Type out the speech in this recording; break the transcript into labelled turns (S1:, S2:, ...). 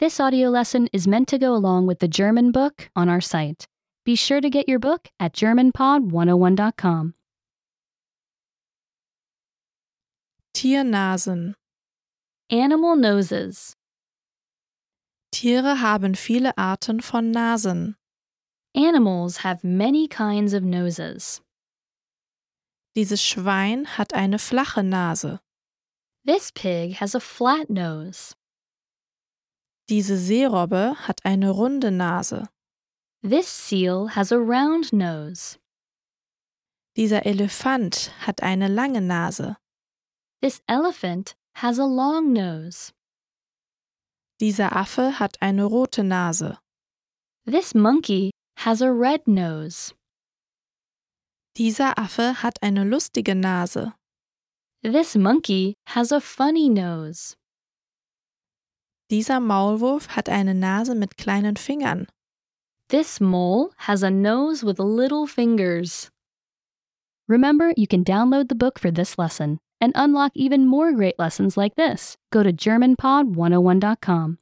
S1: This audio lesson is meant to go along with the German book on our site. Be sure to get your book at GermanPod101.com.
S2: Tiernasen.
S1: Animal noses.
S2: Tiere haben viele Arten von Nasen.
S1: Animals have many kinds of noses.
S2: Dieses Schwein hat eine flache Nase.
S1: This pig has a flat nose.
S2: Diese Seerobbe hat eine runde Nase.
S1: This seal has a round nose.
S2: Dieser Elefant hat eine lange Nase.
S1: This elephant has a long nose.
S2: Dieser Affe hat eine rote Nase.
S1: This monkey has a red nose.
S2: Dieser Affe hat eine lustige Nase.
S1: This monkey has a funny nose.
S2: Dieser Maulwurf hat eine Nase mit kleinen Fingern.
S1: This mole has a nose with little fingers. Remember, you can download the book for this oh lesson and unlock even more great lessons like this. Go to GermanPod101.com.